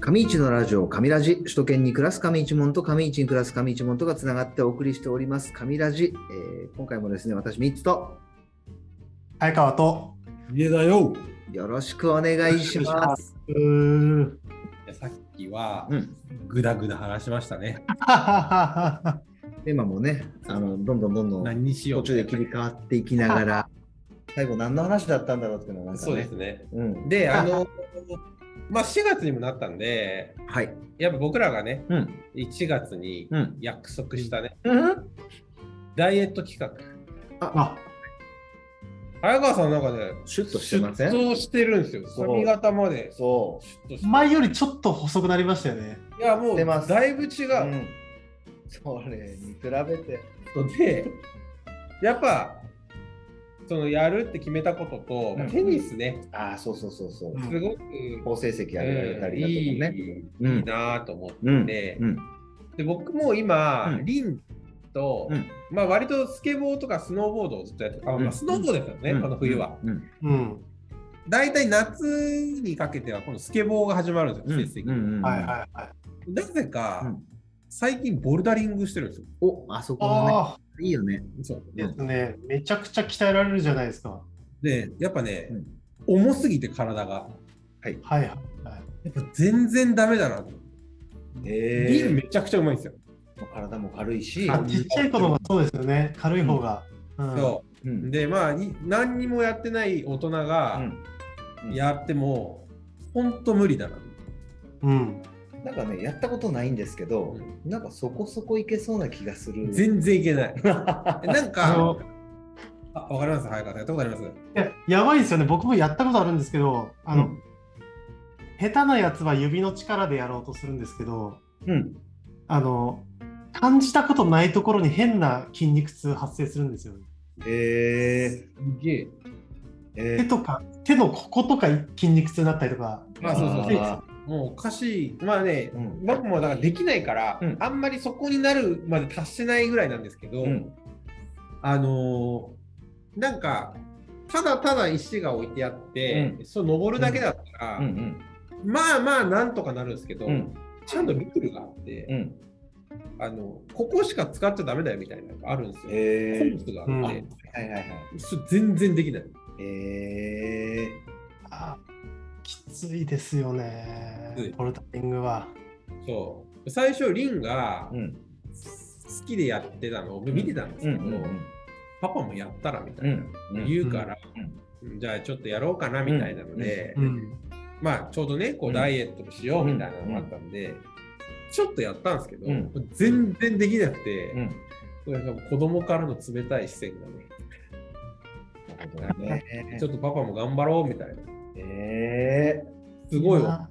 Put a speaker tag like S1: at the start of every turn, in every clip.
S1: 上市のラジオ、上ラジ、首都圏に暮らす上市門と上市に暮らす上市門とがつながってお送りしております、上ラジ。えー今回もですね、私、3つと
S2: 早川と。
S3: 家だよ。
S1: よろしくお願いします。
S2: うー ん
S3: いやさっきは
S1: うん、
S3: ぐだぐだ話しましたね。
S1: テーマもね、あのどんどんどんどん
S3: 何にしよ
S1: 途
S3: う。
S1: 中で切り替わっていきながら、最後何の話だったんだろうっていうのがなんか
S3: そう
S1: ね、
S3: ですね。
S1: うん、
S3: で、あの、まあ4月にもなったんで、
S1: はい。
S3: やっぱ僕らがね、
S1: うん、
S3: 1月に
S1: うん、
S3: 約束したね、
S1: うん、
S3: ダイエット企画。
S2: あ
S3: 早川さんなんかね、
S1: シュッとしてません
S3: 出頭してるんですよ。
S1: そう
S3: 髪型まで。
S1: そ
S3: シュッとして
S2: 前よりちょっと細くなりましたよね。
S3: いや、もう
S1: してます
S3: だいぶ違
S1: う。ん、
S3: う。
S1: それに比べて。
S3: で、やっぱ、そのやるって決めたことと、まあ
S1: うん
S3: テニスね、
S1: ああ、そうそうそうそう。
S2: うん
S3: すごく、
S1: 好成績上げられた
S3: うんい
S1: り
S3: い
S1: だとかね。う
S3: いい
S1: ん、
S3: なぁと思って。
S1: うん、
S3: で
S1: うん、
S3: で僕も今、
S1: うん
S3: リンと、
S1: うん
S3: まあ割とスケボーとかスノーボードをずっとやってあ、
S1: う
S3: ま
S1: ん
S3: あ、スノーボードですよね、
S1: うん
S3: この冬は。。
S1: うん、
S2: うん。
S3: 大体夏にかけてはこのスケボーが始まるんです
S1: う
S3: よ、
S1: ん
S3: 季節的
S1: う
S3: に。
S1: んうん
S2: はいはいはい。
S3: なぜか、
S1: うん
S3: 最近ボルダリングしてるんですよ。
S1: お、あそこのね、
S2: ああ、
S1: いいよね。
S3: そう
S1: う
S3: で
S1: ん
S2: ね、めちゃくちゃ鍛えられるじゃないですか。
S3: でやっぱね、
S1: うん
S3: 重すぎて体が。
S2: はいはいはい。
S3: やっぱ全然ダメだなと思って。リン
S1: え
S3: めちゃくちゃうまいんですよ。
S1: え、体も軽いし、、
S2: あちっちゃい子供はそうですよね。軽い方が。うん
S3: そううんでまあに何にもやってない大人
S1: う
S3: が
S1: んうん
S3: やっても、ほんと無理だなと思って。
S2: うん。
S1: なんかね、やったことないんですけど、なんかそこそこいけそうな気がする。
S3: 全然い けない。なん
S2: あ
S3: か、
S2: の、
S3: あわかります早川さん、やったことあります
S2: いややばいですよね。僕もやったことあるんですけど、あの、
S1: うん
S2: 下手なやつは指の力でやろうとするんですけど、
S1: うん、
S2: あの、感じたことないところに変な筋肉痛発生するんですよね。
S1: え
S3: すげえ。
S1: ー、え
S2: 手とか手のこことか筋肉痛になったりとか、
S3: まあそうそうそう
S1: あ
S3: もうおかしい。まあね、
S1: うん
S3: 僕もだからできないから、
S1: うん
S3: あんまりそこになるまで達してないぐらいなんですけど、
S1: ーうん、
S3: あのーなんか、ただただ石が置いてあって、
S1: う
S3: そう登るだけだったら、
S1: うん、
S3: まあまあなんとかなるんですけど、
S1: うん、うん、
S3: ちゃんとルールがあって、
S1: うん、
S3: あの、ここしか使っちゃダメだよみたいなのがあるんですよ。
S1: え
S3: コ
S1: ー、
S3: ースがあって、
S1: はいはいはい、
S3: それ全然できない。
S1: え
S2: あきついですよね
S3: きつい、
S2: ボルダリングは。
S3: そう最初リンが
S1: ー、うん、
S3: 好きでやってたのを見てたんです
S1: う
S3: け
S1: ん、
S3: ど、
S1: うん、
S3: パパもやったらみた
S1: う
S3: いな、
S1: ん、うん、
S3: 言うから、
S1: うん
S3: じゃあちょっとやろうかなみたいなので、
S2: うん、
S3: まあちょうどねこ
S1: う
S3: うんダイエットしようみたいなのがあったんで、ちょっとやったんですけど、
S1: うん
S3: 全然できなくて、
S1: うん、
S3: これが子供からの冷たい視線がね、
S1: なるほどね。
S3: ちょっとパパも頑張ろうみたいな
S1: え
S3: すごいわ
S2: な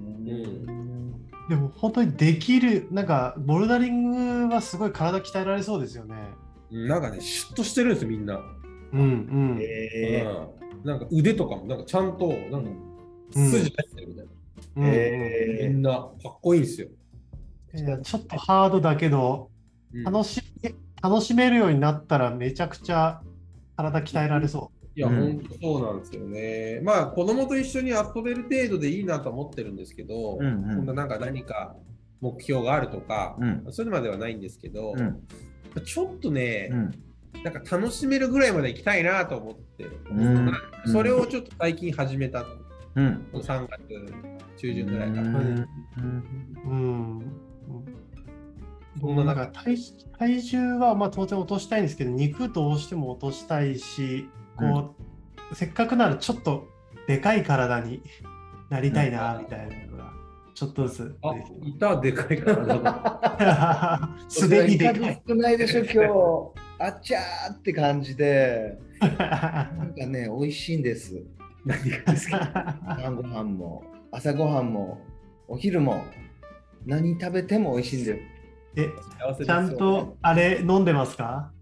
S1: ー、
S3: う
S1: うん
S3: ん
S2: でも本当にできる、なんかボルダリングはすごい体鍛えられそうですよね。
S3: なんかねシュッとしてるんですよみんな、
S2: うんうん。
S1: えー
S3: うんなんか腕とかもなんかちゃんとなんか
S2: うん
S3: 筋入ってるみたいな、
S2: うんうん
S1: え
S3: みんなかっこいいんですよ、
S2: いやちょっとハードだけど、
S3: うん
S2: 楽し楽しめるようになったらめちゃくちゃ体鍛えられそ
S3: いや、
S1: うん
S3: 本当そうなんですよね。まあ、子供と一緒に遊べる程度でいいなと思ってるんですけど、
S1: うんうん
S3: そんななんか何か目標があるとか、
S1: うん
S3: そういうのまではないんですけど、
S1: うん
S3: ちょっとね、
S1: うん
S3: なんか楽しめるぐらいまで行きたいなと思って、
S1: うん
S3: それをちょっと最近始めた、
S1: うん
S3: 3月中旬ぐらいから。
S2: う。うん。
S3: そ
S2: そ
S3: ん
S2: ん
S3: な
S2: な
S3: 中
S2: 中体体重はまあ当然落としたいんですけど肉どうしても落としたいしこう、せっかくならちょっとでかい体になりたいなみたいなのがちょっとずつで
S3: あ
S2: き、
S3: いたでかいから。
S2: て すでにでかい
S1: 少ないでしょ今日あちゃーって感じでなんかね美味しいんです
S3: 何がですか
S1: 晩ご飯も朝ご飯もお昼も何食べても美味しいんで
S2: え
S3: 幸せ
S2: ちゃんとあれ飲んでますか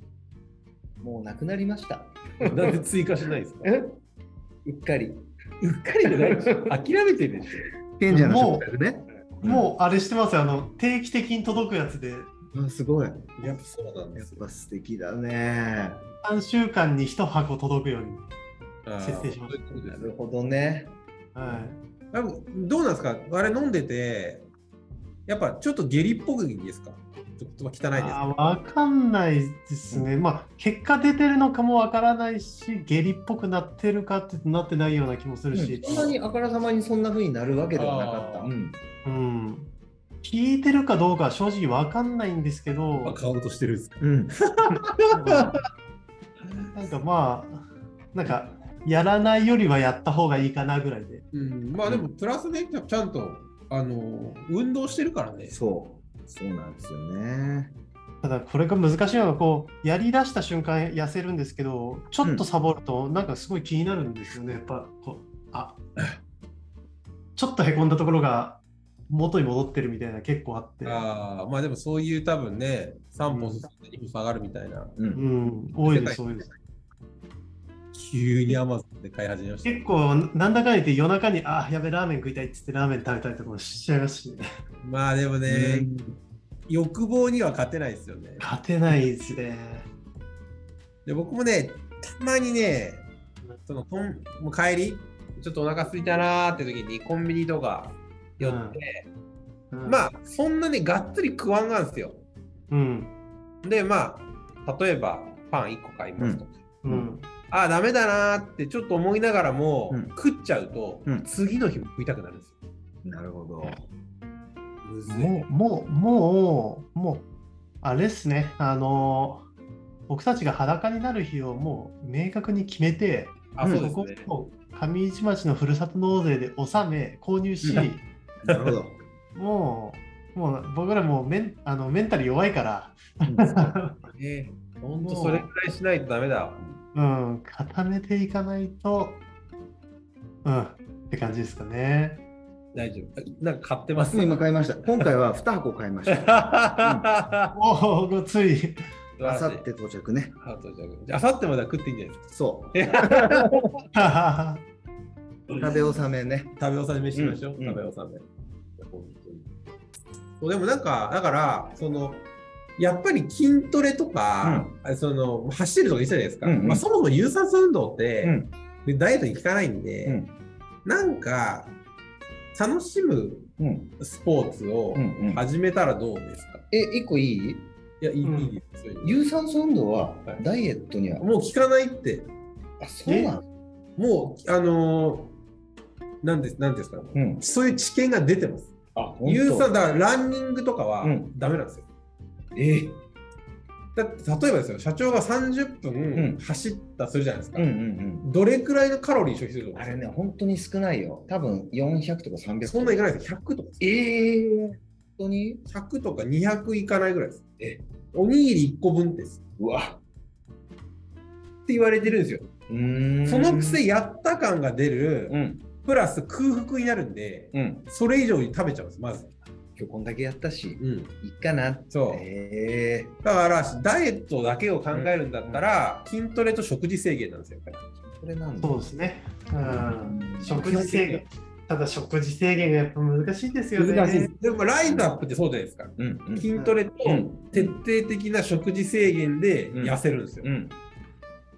S1: すもうなくなりました
S3: なんで追加しないですか
S1: えうっかり
S3: うっかりじゃないでしょ。諦めてるでしょ。
S1: 賢
S2: 者の食
S1: 卓ね
S2: もうあれしてますよあの定期的に届くやつで
S1: うんすごいや
S3: やっぱそうなんで
S1: っ
S3: すよ。
S1: ぱ素敵だね
S2: 3週間に1箱届くように
S3: あー
S2: 設定しまし
S3: そういうことで
S1: な
S3: すよ
S1: るほどね
S2: は
S3: あどうなんですかあれ飲んでて、やっぱちょっと下痢っぽくいいですかちょっと汚いですか
S2: あわかんないですね、まあ結果出てるのかもわからないし下痢っぽくなってるかってなってないような気もするし、
S1: そんなにあからさまにそんな風になるわけではなかった。
S3: あー
S1: うん
S2: うん、聞いてるかどうかは正直わかんないんですけ ど、
S3: 買おうとしてるんですか
S1: うん、
S2: うんなんかまあなんかやらないよりはやった方がいいかなぐらいで
S3: うん、まあでもプラスね、ちゃんと、あの、運動してるからね。
S1: そう、そうなんですよね。
S2: ただこれが難しいのがこうやりだした瞬間痩せるんですけどちょっとサボるとなんかすごい気になるんですよねやっぱこうあちょっとへこんだところが元に戻ってるみたいな結構あって、
S3: ああ、まあでもそういう多分ね、3歩進んで2歩下がるみたいな。
S1: う、
S2: うんん、多いです多いです
S3: 急に Amazon で買い始めました。
S2: 結構なんだかんだ言って夜中にあやべラーメン食いたいっつってラーメン食べたりとかもしちゃいますしね
S3: まあでもね、欲望には勝てないですよね。
S2: 勝てないですね
S3: で僕もね、たまにね、そのとんもう帰り、ちょっとお腹空いたなーって時にコンビニとか寄って、ま
S2: あ
S3: あそんなね、がっつり食わんがんすよ。
S2: うん
S3: で、まあ、例えばパン1個買いますとか、
S2: うん
S3: ああ、ダメだなーってちょっと思いながらも、
S1: うん
S3: 食っちゃうと、
S1: うん
S3: 次の日も食いたくなるんですよ。
S1: なるほど。
S3: むずい
S2: もう、もう、もう、もう、あれですね、あのー、僕たちが裸になる日をもう明確に決めて、
S3: あ、そう
S2: そこ
S3: ですね。
S2: を上市町のふるさと納税で納め、購入し、
S1: なるほ ど。
S2: もう、もう僕らもうメンあのメンタル弱いから、
S3: ね本当それくらいしないとダメだわ。
S2: うん、固めていかないと、うん、って感じですかね。
S3: 大丈夫。なんか買ってます。
S1: もう今 買いました。今回は2箱買いました。
S3: あ
S2: おお、ごつい。
S1: あさって到着ね。
S3: あさってまでは食っていいんじゃないですか。
S1: そう。食べ納めね。
S3: 食べ納めしましょう。
S1: うん
S3: 食べ納め。本当にそうでもなんか、だから、その、やっぱり筋トレとか、その走るとか言ってたじゃないですか、
S1: うんうん
S3: まあ、そもそも有酸素運動って、
S1: うん
S3: ダイエットに効かないんで、
S1: うん
S3: なんか楽しむ
S1: うん
S3: スポーツを
S1: うんうん
S3: 始めたらどうですか、
S1: え、1個いい
S3: いやいい,、
S2: うん
S3: いいですよ
S1: 有酸素運動は
S3: はい
S1: ダイエットには。
S3: もう効かないって
S1: あ、そうなの
S3: もう、あのー、なんです、なんていうんですか、
S1: うん。
S3: そういう知見が出てます。
S1: あ、
S3: 有
S1: 本
S3: 酸だからランニングとかは
S1: うん
S3: ダメなんですよ。
S1: 当え、
S3: だって、例えばですよ、社長が30
S1: うん
S3: 分走ったとするじゃないです
S1: う
S3: か。
S1: んうんうん。
S3: どれくらいのカロリー消費すると思
S1: あ
S3: い
S1: れ
S3: ま
S1: ね、本当に少ないよ。多分400とか300とか。
S3: すそんないかないです。100とかです。
S1: ええ本当に
S3: 100とか200いかないぐらいです。
S1: え
S3: おにぎり1個分です。
S1: うわ。
S3: って言われてるんですよ。
S1: うーん。
S3: そのくせ、やった感が出る、
S1: うん。
S3: プラス空腹になるんで、
S1: うん。
S3: それ以上に食べちゃうんです、まず。
S1: 今日こんだけやったし、
S3: うん。
S1: いっかな。
S3: そう。
S1: ええ
S3: だからダイエットだけを考えるんだったら、筋トレと食事制限なんですよ。やっぱり
S1: これなんだ
S2: そうですね。うん
S1: うん
S2: 食事制限。ただ食事制限がやっぱ難しいですよね。
S3: 難しいです。でもライトアップってそうじゃないですか。
S1: うんうん。
S3: 筋トレと
S1: うん
S3: 徹底的な食事制限で
S1: うん
S3: 痩せるんですよ。
S1: うん。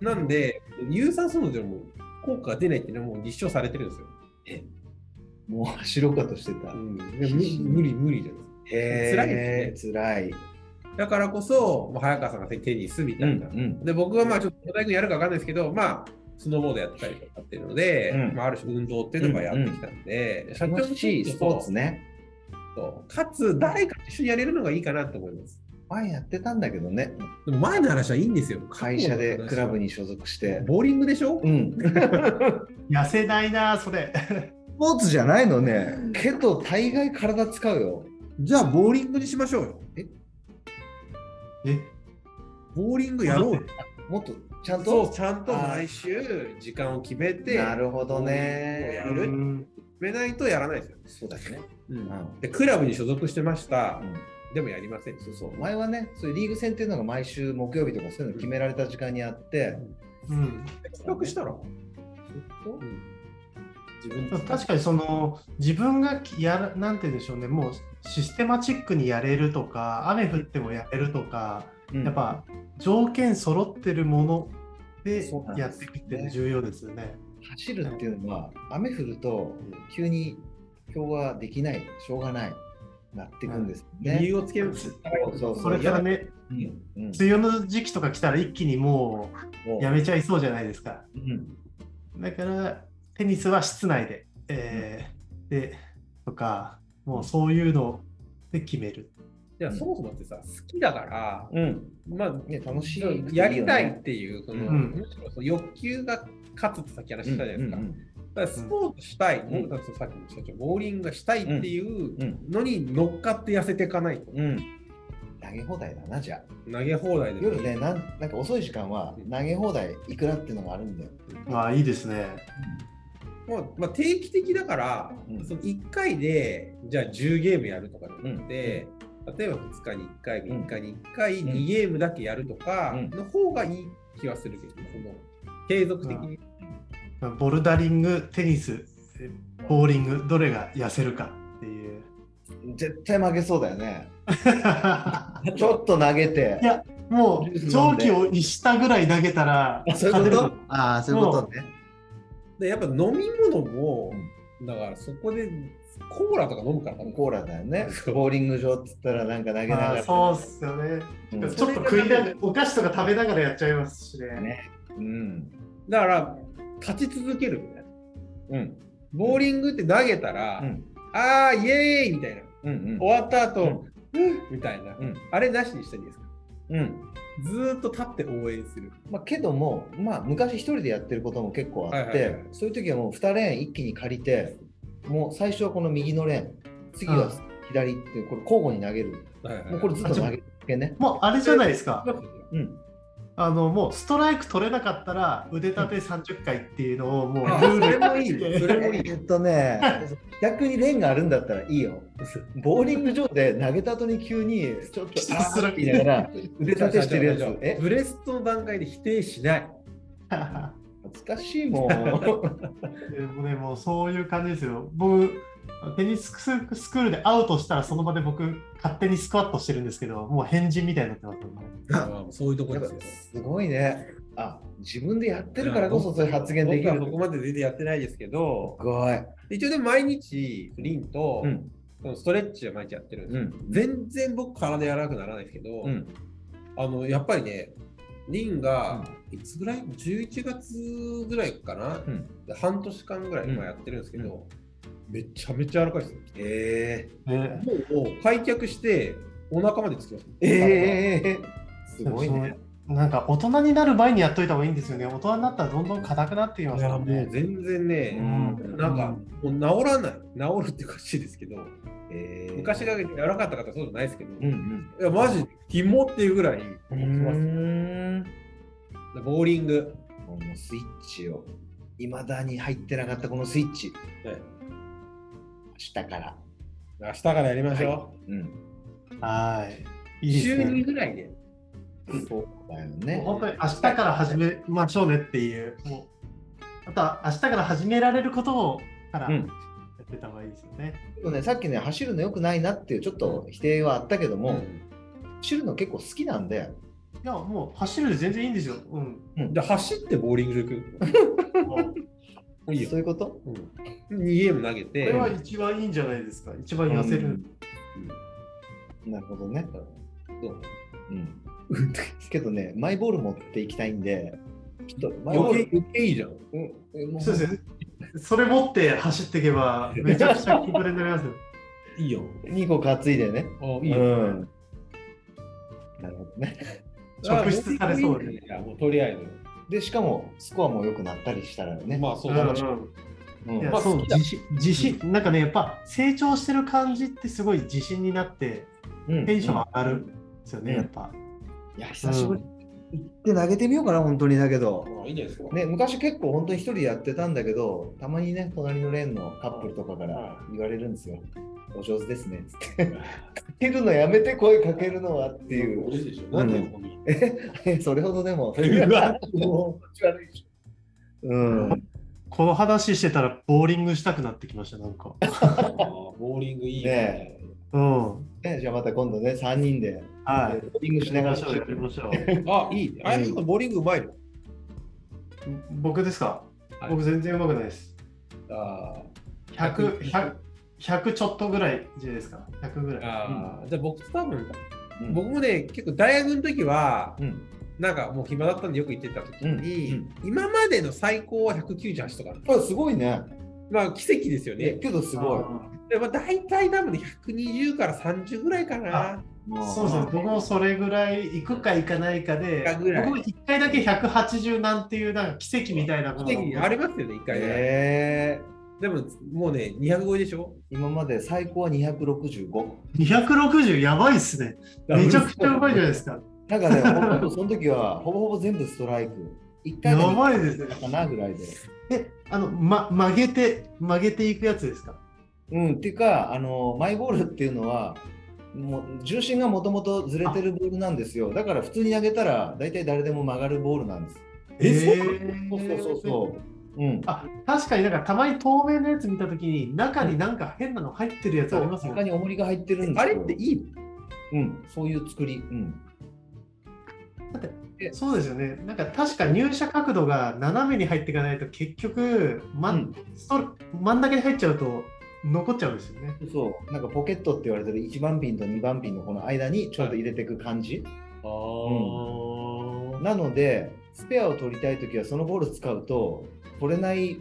S3: なんで有酸素運動でも効果が出ないっていうのはもう立証されてるんですよ。
S1: もう走ろうかとして た。
S3: で無理無理無理じゃないで
S1: へ
S3: す辛いです
S1: ね。辛い。
S3: か。だからこそ、まあ、早川さんがテニスみたいな。
S1: ん。
S3: で僕はまあちょっと小田井君やるかわかんないですけど、まあスノーボードやったりとかっていうので、
S1: うん
S3: まあ、ある種運動っていうのがやってきたんで、社長も
S1: 楽しいスポーツね。
S3: とかつ誰かと一緒にやれるのがいいかなと思います。
S1: 前やってたんだけどね。
S3: でも前の話はいいんですよ。
S1: 会社でクラブ
S3: に。
S1: に所属して。
S3: ボーリングでしょ、
S1: うん。
S2: 痩せないな、それ。
S1: スポーツじゃないのね。けど、大概体使うよ。
S3: じゃあボーリングにしましょうよ。え
S2: え
S3: ボーリングやろうよ。
S1: もっとちゃん
S3: そ
S1: と
S3: う、ちゃんと毎週時間を決めて、
S1: なるほど
S3: や
S1: ね。
S3: る決めないとやらないですよ。
S1: そうだね。
S3: で、クラブに所属してました
S1: う。ん
S3: でもやりません。
S1: そうそう前はね、そういうリーグ戦っていうのが毎週木曜日とかそういうの決められた時間にあって、
S2: うん、
S3: 企画したら、自分で
S2: 確かにその自分がやらなんて言うんでしょうねもうシステマチックにやれるとか雨降ってもやれるとか、
S1: うん
S2: やっぱ条件揃ってるもので
S1: そうなん
S2: や
S1: で
S2: っ
S1: す
S2: て
S1: ね
S2: いくって重要ですよね。
S1: 走るっていうのは、雨降ると急に今日はできない、しょうがない、なっていくんですよ
S3: 理
S1: ね。
S3: 由をつける。
S1: そうそうそう
S2: これからね、
S1: うんうん
S2: 梅雨の時期とか来たら一気にも
S1: も
S2: う
S1: う
S2: やめちゃいそうじゃないですか。
S1: うん
S2: だから、テニスは室内で、えーで、とか、もうそういうので決める。
S3: いや、そもそもってさ、好きだから、
S1: うん
S3: まあ、
S1: ね、楽しい
S3: やりたいっていう、その
S1: うん
S3: むしろその欲求が勝つってさっき話したじゃないですか。
S1: うんうん
S3: だからスポーツしたい、
S1: ん
S3: 僕たちとさっきの社長、ボーリングがしたいっていう
S1: うんうん
S3: のに乗っかって痩せていかないと。
S1: うん投げ放題だな、じゃあ。
S3: 投げ放題で。
S1: 夜ねなん、なんか遅い時間は投げ放題いくらっていうのがあるんだよ。
S2: まあいいですね。
S3: もうまあ、定期的だから、
S1: うん
S3: その1回でじゃあ10ゲームやるとかじゃなくて、例えば2日に1回、
S1: うん
S3: 3日に1回、
S1: うん
S3: 2ゲームだけやるとか
S1: うん
S3: の方がいい気はするけど、その継続的に。
S2: まあボルダリング、テニス、えボーリング、どれが痩せるかっ ていう。
S1: 絶対負けそうだよね。
S2: い
S1: ちょっと投げて。
S2: やもう
S1: ジュース飲
S2: 蒸
S1: んで
S2: 気を逸したぐらい投げたら
S1: あそういうこ
S2: 勝
S1: と
S2: てる
S1: ああ、そういうことね。
S3: でやっぱ飲み物も、だからそこでコーラとか飲むから多分
S1: コーラだよね。ボーリング場っつったらなんか投げなが
S2: あ
S1: ら。
S2: ーそうっすよね、
S1: うん
S2: ちょっと食いながらお菓子とか食べながらやっちゃいますしね
S1: ねうん。
S3: だから立ち続けるみたい
S1: う
S3: な。
S1: ん。
S3: ボーリングって投げたら、
S1: うん。
S3: あーイエーイみたいな。
S1: うん。
S3: 終わった後、うん、みたいな。
S1: うん。
S3: あれなしにしたらいいですか
S1: うん。
S3: ずーっと立って応援する。
S1: まあ、けども、まあ、昔一人でやってることも結構あって、
S3: はいはいはい
S1: そういう時はもう2レーン一気に借りて、もう最初はこの右のレーン、次
S2: う
S1: は
S2: ん
S1: 左っていう、これ交互に投げる。もうこれずっと投げるだけね。
S2: もうあれじゃないですか
S1: うん。
S2: あのもうストライク取れなかったら腕立て30回っていうのをもうル
S3: あ
S2: ー
S3: そ
S2: ル
S3: れもいいね。それもいい。
S1: えっとね、逆にレーンがあるんだったらいいよ。ボーリング場で投げた後に急にちょっと
S2: ひたすら
S1: あーって言いながら腕立てしてるやつ。え
S3: ブレストの段階で否定しない。
S1: 恥ずかしいもん。
S2: でもね、もうそういう感じですよ。僕、テニススクールでアウトしたら、その場で僕、勝手にスクワットしてるんですけど、もう変人みたいになってますよね。
S3: あそういうとこ
S1: やっ
S3: で
S1: ぱ
S3: す
S1: す
S3: よ。
S1: ごいね。あ、自分でやってるからこそそういう発言できる。
S3: 僕はそこまで全然やってないですけど、
S1: すごい。
S3: 一応でも毎日、リンと、
S1: うん。
S3: そのストレッチを毎日やってるんです
S1: う
S3: よ。
S1: ん。
S3: 全然僕体やらなくならないですけど、
S1: うん。
S3: あのやっぱりね、リンがいつぐらい ?11 月ぐらいかな、
S1: うん
S3: 半年間ぐらい今やってるんですけど、めちゃめちゃ柔らかいですよ。
S1: え
S2: ね
S3: もう開脚してお腹までつきます。
S1: ー、ええすごいね。
S2: そうなんか大人になる前にやっといた方がいいんですよね。大人になったらどんどん硬くなっていま
S3: い
S2: す
S3: や
S2: から
S3: もう
S2: ね。
S3: 全然
S2: う
S3: ね、
S2: ん
S3: なんかもう治らない、治るっておかしいですけど、
S1: えー
S3: 昔が柔らかかった方そうじゃないですけど、
S1: うん
S3: いやマジで肝っていうぐらい持
S1: う
S3: ち
S1: ん。
S3: ますよ。
S1: ん。
S3: ボーリング、
S1: このスイッチを、いまだに入ってなかったこのスイッチ、
S3: ね
S1: 明日から。
S3: 明日からやりましょ
S1: うん。
S2: はい。
S3: う。
S2: いい
S3: 週
S2: です
S3: 2
S2: ね。
S3: ぐらいで、
S1: そうだよ
S2: もう
S1: ね。
S2: 本当に明日から始めましょうねっていう。もうあとは明日から始められることをから
S1: う
S2: や
S1: ん
S2: ってた方がいいですよね。
S1: でもね、さっきね、走るの良くないなっていうちょっと否定はあったけども、走るの結構好きなんで、
S2: いや、もう走るで全然いいんですよ。うん。
S3: うんで走ってボーリング行く。
S2: もう
S3: もういいよ
S1: そう。いうこと
S3: うん、2ゲーム投げ
S2: これは
S3: て、
S2: 一番いいんじゃないですか。一番痩せる。
S1: なるほどね。
S3: そう
S1: うん。 けどね、マイボール持っていきたいんで、ちょっとマイボー
S3: 余
S1: ル、
S3: 計余計いいじゃん。
S1: うん、もう
S2: そうですね。それ持って走っていけば、めちゃくちゃ筋トレになりますよ。
S3: いいよ。
S1: 2個担いでね。
S3: あいいよ。
S1: うん。なるほどね。
S2: 直出されそう
S3: で
S2: で。
S3: いや、もうとりあえ
S1: で、しかもスコアも良くなったりしたらね。
S3: ず。まあ、そうう
S2: う
S3: んだ
S2: ん
S3: もし。
S1: うん
S2: いや
S3: まあ
S2: そう
S3: 好きだ
S2: 自信、自信、なんかね、やっぱ成長してる感じってすごい自信になって、
S1: うん
S2: テンション上がるんですよね、
S1: うん
S2: やっぱ。
S1: いや、久しぶり。行って投げてみようかな、本当にだけど。
S3: まあいいんじゃないですか。
S1: ね、昔結構本当に一人でやってたんだけど、たまにね、隣のレーンのカップルとかから言われるんですよ。お上手ですね、つって。かけるのやめて声かけるのはっていう。
S3: 嬉しいでしょ。
S1: う
S3: なんんでここ に。
S1: え それほどでも。
S3: うわ
S1: もう気持ち悪いでしょうん。
S2: この話してたら、ボーリングしたくなってきました、なんか。
S3: ボーリングいい
S1: ね
S3: ね。
S2: うん。
S1: ねじゃあまた今度ね、3人で、
S2: は
S1: ボーリング
S2: い。
S1: しながら
S2: やりましょう、やりましょう。
S3: あ、いいね。あれ、
S1: うん
S3: ボーリングうまいの。
S2: 僕ですか
S3: はい
S2: 僕全然うまくないです。
S3: あ
S2: 100、100 100ちょっとぐらいじゃないですか。100ぐら
S3: ー
S2: い。
S3: あー、じゃあ僕と多分、
S1: うん
S3: 僕もね、結構大学の時は、
S1: うん
S3: なんかもう暇だったんでよく行ってた時に、
S1: うん
S3: 今までの最高は198とか、
S1: あすごいね。
S3: まあ奇跡ですよ
S1: え
S3: ね。
S1: けどすごい。
S3: でまあ、大体多分ね120から30ぐらいかな。
S2: あー
S1: も
S2: そうですね。僕もそれぐらい行くか行かないかで
S3: 行くかぐらい、
S2: 僕も1回だけ180なんていうなんか奇跡みたいなもの
S3: 奇跡にありますよね、1回、
S1: え
S3: でももうね、205でしょ
S1: ー、今まで最高は265。
S2: 260やばいっすね。めちゃくちゃうまいじゃないですか。
S1: なんかね、ほとんどその時はほぼほぼ全部ストライク。一回
S2: や
S1: だけ
S2: ばいですね。
S1: かなぐらいで。
S2: え、あの、ま、曲げて、曲げていくやつですか
S1: うん、っていうか、あのマイボールっていうのは、もう重心がもともとずれてるボールなんですよ。だから普通に投げたら、大体誰でも曲がるボールなんです。そうそうそうそう。うん。
S2: あ確かになんかたまに透明のやつ見たときに中になんか変なの入ってるやつありますよ
S1: 中に
S2: ね。
S1: 重りが入ってるんです
S3: あ
S1: よ
S3: れっていい
S1: うん、そういう作り。うん。
S2: えそうですよね。なんか確か入射角度が斜めに入っていかないと結局、ま
S1: うん
S2: そ真ん中に入っちゃうと残っちゃうんですよね。
S1: そう。なんかポケットって言われてる1番ピンと2番ピンのこの間にちょうど入れていく感じ。
S3: あ
S1: なので、スペアを取りたいときはそのボール使うと、取れない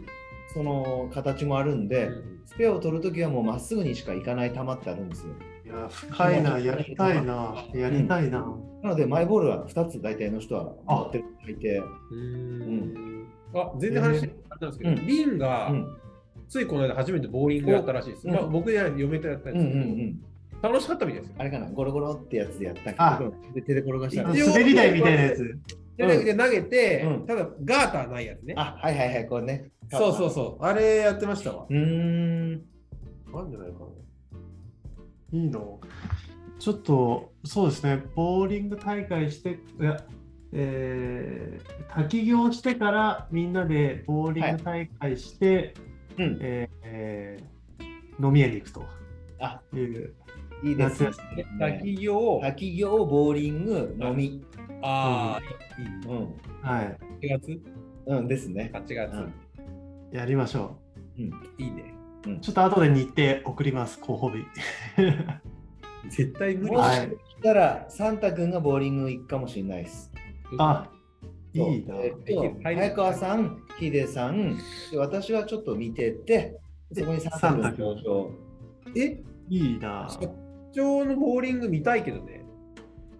S1: その形もあるんで、スペアを取るときはもうまっすぐにしか行かない球ってあるんですよ。
S2: いや、深いな、やりたいな、やりたいな。
S1: なので、マイボールは2つ大体の人は持ってる人がいて、
S3: うんあ全然話変わったんですけど、
S1: うん
S3: リンが、
S1: うん、
S3: ついこの間初めてボーリングやったらしいです。
S1: うん
S3: まあ、僕や嫁とやったん
S1: うんう
S3: で
S1: んう
S3: すけど、
S1: ん。
S3: 楽しかったみたいですよ。
S1: あれかな、ゴロゴロってやつでやった
S2: あ
S1: けど、で手で転がしたら
S3: 一応
S2: 滑り台みたいなやつ。
S3: で、投げて、
S1: うん
S3: ただガーターないやつね。
S1: あ、はいはいはい、こうね。
S3: そうそうそう。あれやってましたわ。
S1: う。うーん。
S3: あんじゃないかな。
S2: いいのちょっとそうですね、ボーリング大会して、いやえー、滝行してからみんなでボーリング大会して、
S1: うん、
S2: えーえー飲み屋に行くと
S1: あ
S2: いう、
S1: いいですね。
S3: 滝行を、
S1: 滝行、ボーリング、飲み。
S3: ああ、いい。
S1: うん。
S2: は
S3: 8月
S1: うんですね。
S3: ?8 月、
S1: うん
S2: い、やりましょ
S1: うん。
S3: いいね。
S2: う。ちょっと後で日程送ります、候補日。
S3: 絶対無理
S1: も
S2: は
S1: しか
S2: い
S1: したら、サンタ君がボーリング行くかもしれないです。
S2: あい
S1: そう
S2: いな。
S1: えっと早川さん、ヒデさん、で私はちょっと見てて、そこにサンタ君の表情。
S3: え
S2: いいな。
S3: 社長のボーリング見たいけどね。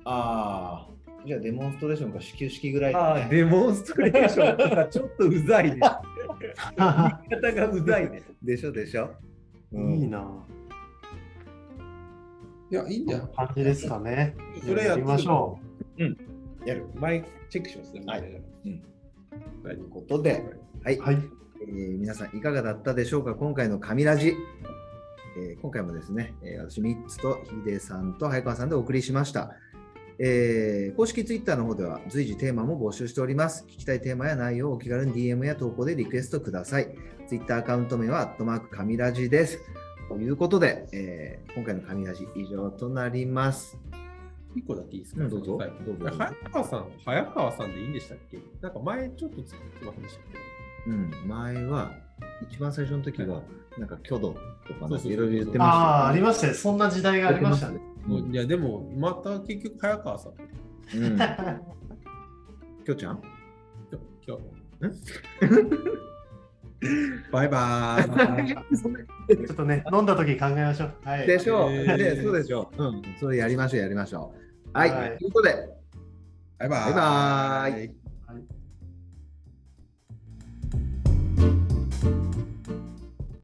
S1: ああ、じゃあデモンストレーションか始球式ぐらい
S3: ああ、デモンストレーションとかちょっとうざい
S2: い
S3: ね。言い方がうざいね。
S1: でしょでしょ。
S2: いな。
S3: いや、いいん
S2: こんな感じですかね。
S3: それや
S2: や
S3: って
S2: りましょう。
S1: うん。やる
S3: マイクチェックしますね。
S1: はい
S3: うん。
S1: ということで、はい、
S2: はい。
S1: えー皆さんいかがだったでしょうか今回の神ラジ、えー今回もですね、えー私ミッツとヒデさんと早川さんでお送りしました、えー公式ツイッターの方では随時テーマも募集しております聞きたいテーマや内容をお気軽に DM や投稿でリクエストくださいツイッターアカウント名はアットマーク神ラジですということで、えー今回の神ラジ以上となります
S3: 一個だけいいですか、
S1: うんどうぞ
S3: はい
S1: どうぞ
S3: 早川さん、早川さんでいいんでしたっけなんか前ちょっと作ってませんでしたっ
S1: うん前は一番最初の時はなんか挙動とか
S3: そ
S1: なか
S3: うんそうそう
S1: いろいろ言ってましたよね
S2: ああー、ありましたね。そんな時代がありましたね。
S3: け、
S1: うん
S3: いや、でも、また結局早川さん。
S1: うん、きょちゃん
S3: 今 日。バイバーイ。
S2: ちょっとね、飲んだ時に考えましょう。はい。
S1: でしょう、
S3: えー
S1: ねそうでしょう、うん、それやりましょうやりましょうはい、
S2: はい
S1: ということで
S3: バイバ
S1: バイバー
S3: イ。